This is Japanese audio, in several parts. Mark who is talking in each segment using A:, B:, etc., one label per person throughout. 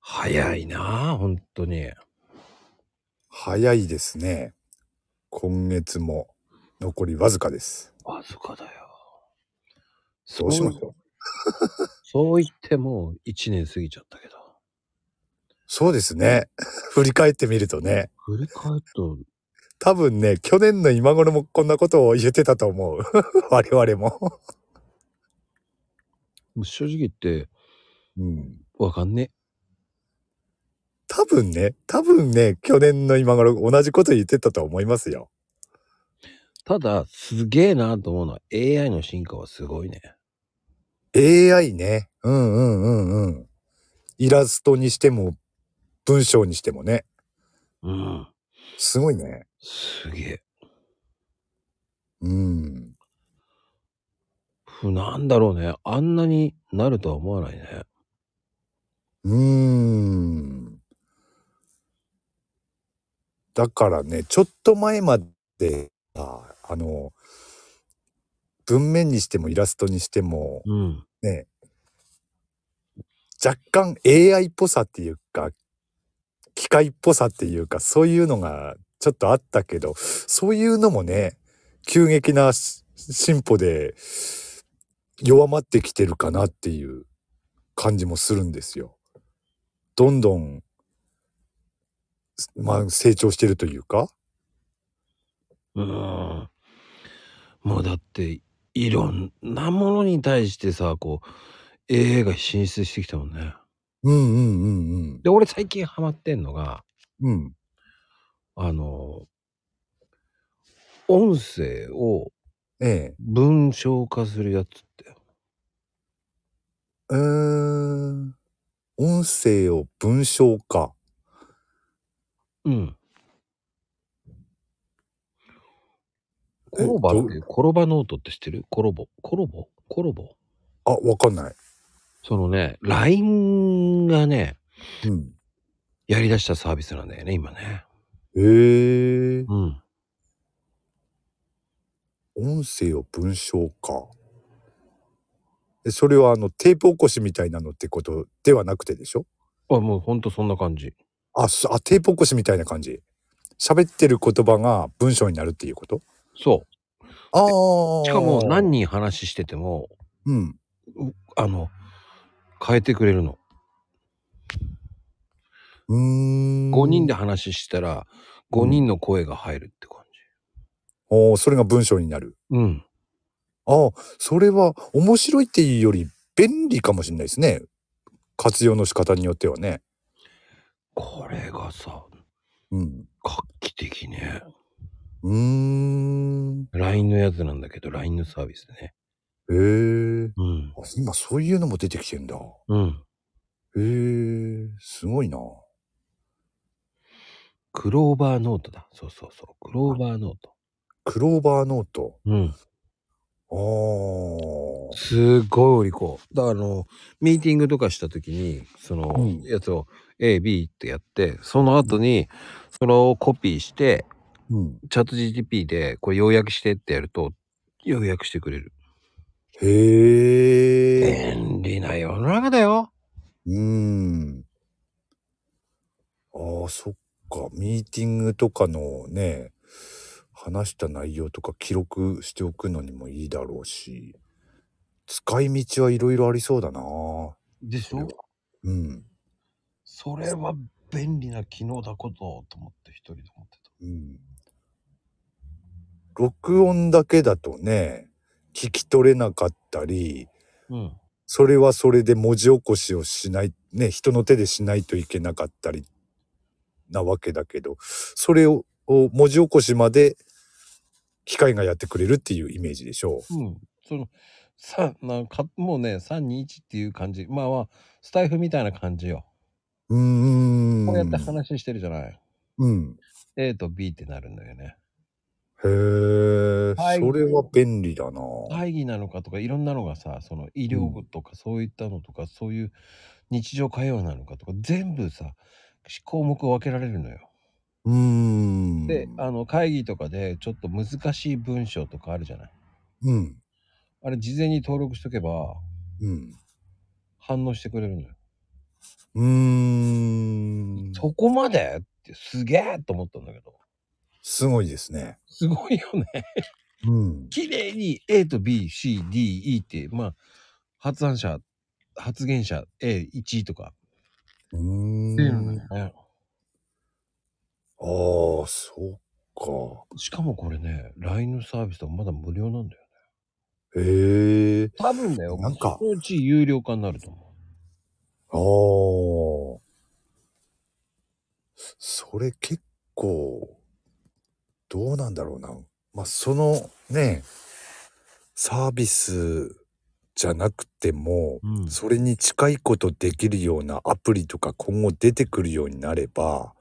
A: 早いなあ、ほんとに。
B: 早いですね。今月も残りわずかです。
A: わずかだよ。
B: どうし
A: そ
B: ま
A: う
B: し
A: い
B: ょう。
A: そう言ってもう1年過ぎちゃったけど。
B: そうですね。 振り返ってみるとね。
A: 振り返ると
B: 多分ね、去年の今頃もこんなことを言ってたと思う。 我々も。
A: もう正直言って
B: うん。
A: わかんねえ。
B: 多分ね、多分ね、去年の今頃同じこと言ってたと思いますよ。
A: ただ、すげえなと思うのは AI の進化はすごいね。
B: AI ね。うんうんうんうん。イラストにしても、文章にしてもね。
A: うん。
B: すごいね。
A: すげえ。
B: うん。
A: ふなんだろうね。あんなになるとは思わないね。
B: うーん。だからね、ちょっと前まで、ああの、文面にしてもイラストにしても、
A: うん。
B: ね、若干 AI っぽさっていうか、機械っぽさっていうか、そういうのがちょっとあったけど、そういうのもね、急激なし進歩で弱まってきてるかなっていう感じもするんですよ。どんどん、まあ、成長してるというか。
A: うん。もうだって、いろんなものに対してさ、こう、AI が進出してきたもんね。
B: うんうんうん
A: で、俺最近ハマってんのが、
B: うん。うん。
A: あの、音声を
B: ええ。
A: 文章化するやつって。
B: うーん。音声を文章化。
A: うん。コ
B: え、
A: ロバっ
B: ど、
A: ていう、コロバノートって知ってるコロボ。コロボコロボ
B: あ、わかんない。
A: そのね、LINE がね、
B: うん。
A: やり出したサービスなんだよね、今ね。
B: へえ。
A: うん。
B: 音声を文章化。え、それはあのテープ起こしみたいなのってことではなくてでしょ
A: あ、もうほんとそんな感じ。
B: あ、そあ、テープ起こしみたいな感じ。喋ってる言葉が文章になるっていうこと
A: そう。
B: あ
A: でしかも
B: あ
A: 何人話してても、
B: ー。うん。
A: うあの、変えてくれるの。
B: う
A: 5
B: ー
A: 人で
B: ん。
A: 話したら、
B: う
A: 5
B: ん。
A: 人の声が入るって感じ。
B: おーそれが文章になる。
A: うん。
B: ああ、それは面白いっていうより便利かもしれないですね。活用の仕方によってはね。
A: これがさ、
B: うん。
A: 画期的ね。
B: うーん。
A: LINE のやつなんだけど、LINE のサービスでね。
B: へえ。
A: うん。
B: あ今そういうのも出てきてんだ。
A: うん。
B: へえ、すごいな。
A: クローバーノートだ。そうそうそう。クロー
B: あ
A: バーノート。
B: クローバーノート。
A: うん。
B: ああ。
A: すごいお利口。だからあの、ミーティングとかした時に、その
B: うん。
A: やつを A、B ってやって、その
B: う
A: 後
B: ん。
A: に、それをコピーして、
B: うん。
A: チャット GTP でこれ要約してってやると、要約してくれる。
B: へえ。
A: 便利な世の中だよ。
B: うーん。ああ、そっか。ミーティングとかのね、話した内容とか記録しておくのにもいいだろうし、使い道はいろいろありそうだな。
A: でし
B: それは。
A: ょ
B: うん。
A: それは便利な機能だことと思って一人で思ってた。
B: うん。録音だけだとね、聞き取れなかったり、
A: うん。
B: それはそれで文字起こしをしない、ね、人の手でしないといけなかったりなわけだけど、それをを文字起こしまで機械がやってくれるっていうイメージでしょ
A: うん。その、さ、なんか、もうね、321っていう感じ。まあまあ、スタイフみたいな感じよ。
B: う。う
A: こうやって
B: ーん。
A: 話してるじゃない。
B: うん。
A: A と B ってなるんだよね。
B: へえ、
A: 会
B: そ
A: 議
B: れは便利だな。
A: 会議なのかとかいろんなのがさその医
B: う
A: 療
B: ん。
A: とかそういったのとかそういう日常会話なのかとか全部さ項目を分けられるのよ。
B: うー
A: であ
B: ん。
A: の会議とかでちょっと難しい文章とかあるじゃない。
B: うん。
A: あれ事前に登録しとけば
B: うん。
A: 反応してくれるのよ。
B: うーん。
A: そこまでってすげえと思ったんだけど。
B: すごいですね。
A: すごいよね。
B: うん。
A: 綺麗に A と B、C、D、E って、まあ、発案者、発言者 A1 位とか。
B: う
A: ってい
B: ー
A: うの
B: ん。
A: がね。
B: ああ、そっか。
A: しかもこれね、LINE のサービスはまだ無料なんだよ。
B: へえ。
A: 多分だよ。
B: なんか
A: そのうち有料化になると思
B: ああ。それ結構、どうなんだろうな。まあ、そのね、サービスじゃなくても、
A: う。うん
B: それに近いことできるようなアプリとか今後出てくるようになれば、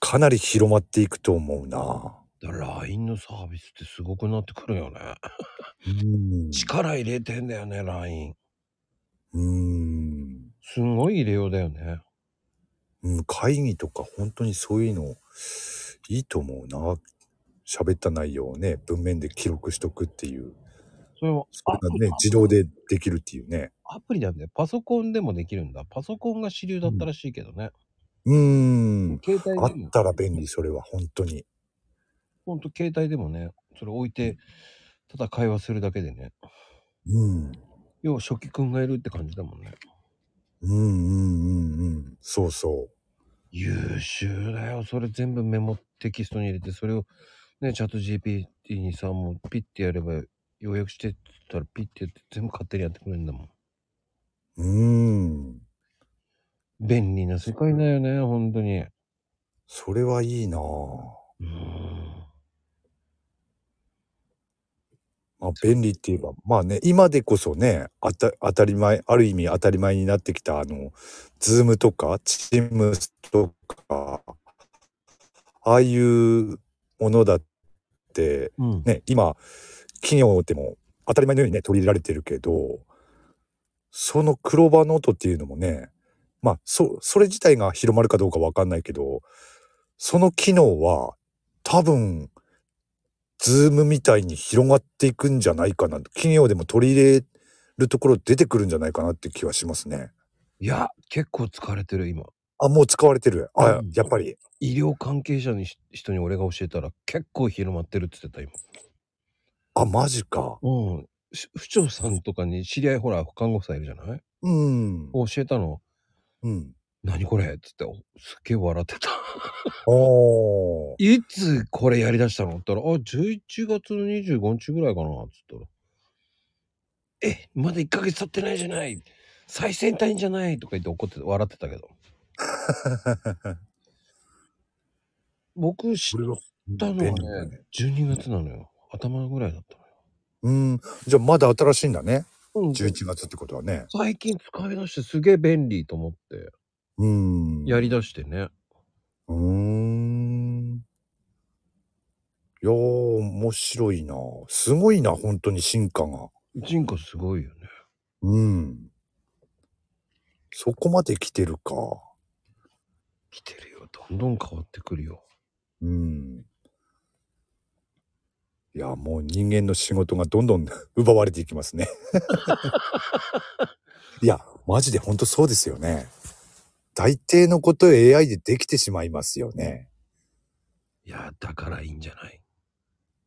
B: かなり広まっていくと思うな。
A: だから LINE のサービスってすごくなってくるよね。
B: うん
A: 力入れてんだよね、LINE。
B: うん。
A: すごい入れようだよね。
B: うん、会議とか本当にそういうのいいと思うな。喋った内容をね、文面で記録しとくっていう。
A: それも
B: それがね、自動でできるっていうね。
A: アプリなんで、パソコンでもできるんだ。パソコンが主流だったらしいけどね。
B: うーん。
A: 携
B: あ
A: 帯
B: っ
A: でも、
B: たら便利、それは本当に。
A: ほんと携帯でもね、それ置いて、ただ会話するだけでね。
B: うん。
A: 要は初期くんがいるって感じだもんね。
B: うんうんうんうん。そうそ
A: 優秀だよ。それ全部メモテキストに入れて、それをね、チャット GPT にさ、もうピッてやれば、要約してって言ったらピッてやって全部勝手にやってくれるんだもん。
B: う。うーん。
A: 便利な世界だよね、本当に。う
B: それはいいなぁ
A: ーん。
B: まあ、便利って言えば、まあね、今でこそね、あた、当たり前、ある意味当たり前になってきた、あの、ズームとか、チームとか、ああいうものだって、
A: うん。
B: ね、今、企業でも当たり前のようにね、取り入れられてるけど、そのクローバーノートっていうのもね、まあ、そ、それ自体が広まるかどうかわかんないけど、その機能は多分、ズームみたいに広がっていくんじゃないかな。企業でも取り入れるところ出てくるんじゃないかなって気はしますね。
A: いや、結構疲れてる、今。
B: あ、もう使われてる。あ
A: うん、
B: やっぱり。
A: 医療関係者にし人に俺が教えたら結構広まってるって言ってた
B: あ、マジか。
A: 今うんし府長さんとかに知り合いほら看護婦さんいるじゃない
B: うん。
A: 教えたの
B: うん。
A: 「何これ」っつっておすっげえ笑ってた
B: おー。
A: いつこれやりだしたのって言ったら「あ11月の25日ぐらいかな」っつったら「えまだ1ヶ月経ってないじゃない最先端じゃない」とか言って怒って笑ってたけど僕知
B: これは
A: ったの
B: 便利
A: は
B: だ
A: ね
B: ね。
A: 12月なのよ頭ぐらいだったのよ
B: うん。じゃあまだ新しいんだね。
A: うん
B: 11月ってことはね。
A: 最近使い出してすげえ便利と思って
B: うん。
A: やりだしてね。
B: うーん。いやー、面白いな。すごいな、本当に進化が。
A: 人口すごいよね。
B: うん。そこまで来てるか。
A: 来てるよ。どんどん変わってくるよ。
B: うん。いや、もう人間の仕事がどんど ん奪われていきま すね。いや、マジで本当そうですよね。大抵のことを AI でできてしまいますよね。
A: いや、だからいいんじゃない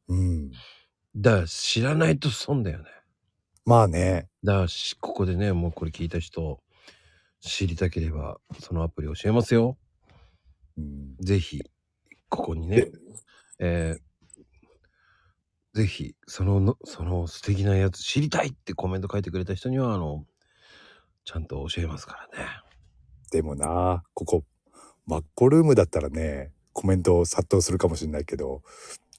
B: うん。
A: だから知らないと損だよね。
B: まあね。
A: だからしここでね、もうこれ聞いた人、知りたければ、そのアプリ教えますよ。
B: うん、
A: ぜひ、ここにね、えーぜひ、そのの、その素敵なやつ知りたいってコメント書いてくれた人には、あの、ちゃんと教えますからね。
B: でもな、ここ、マッコルームだったらね、コメント殺到するかもしれないけど、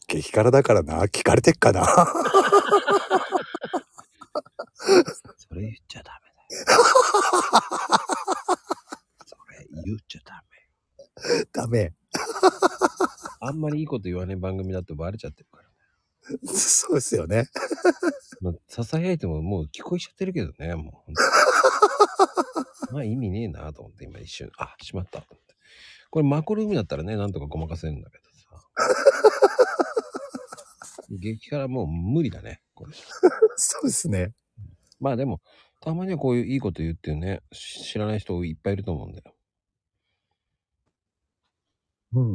B: 激辛だからな、聞かれてっかな。
A: それ言っちゃダメだよ。それ言っちゃダメ。
B: ダメ。
A: あんまりいいこと言わない番組だとバレちゃってるからね。
B: そうですよね。
A: まあ、囁いてももう聞こえちゃってるけどね、もう。まあ意味ねえなと思って今一瞬、あ、しまったと思って。これマコルームだったらね、なんとかごまかせるんだけどさ。激辛もう無理だね、これ。
B: そうですね。
A: まあでも、たまにはこういういいこと言ってね、し知らない人いっぱいいると思うんだよ。
B: うん。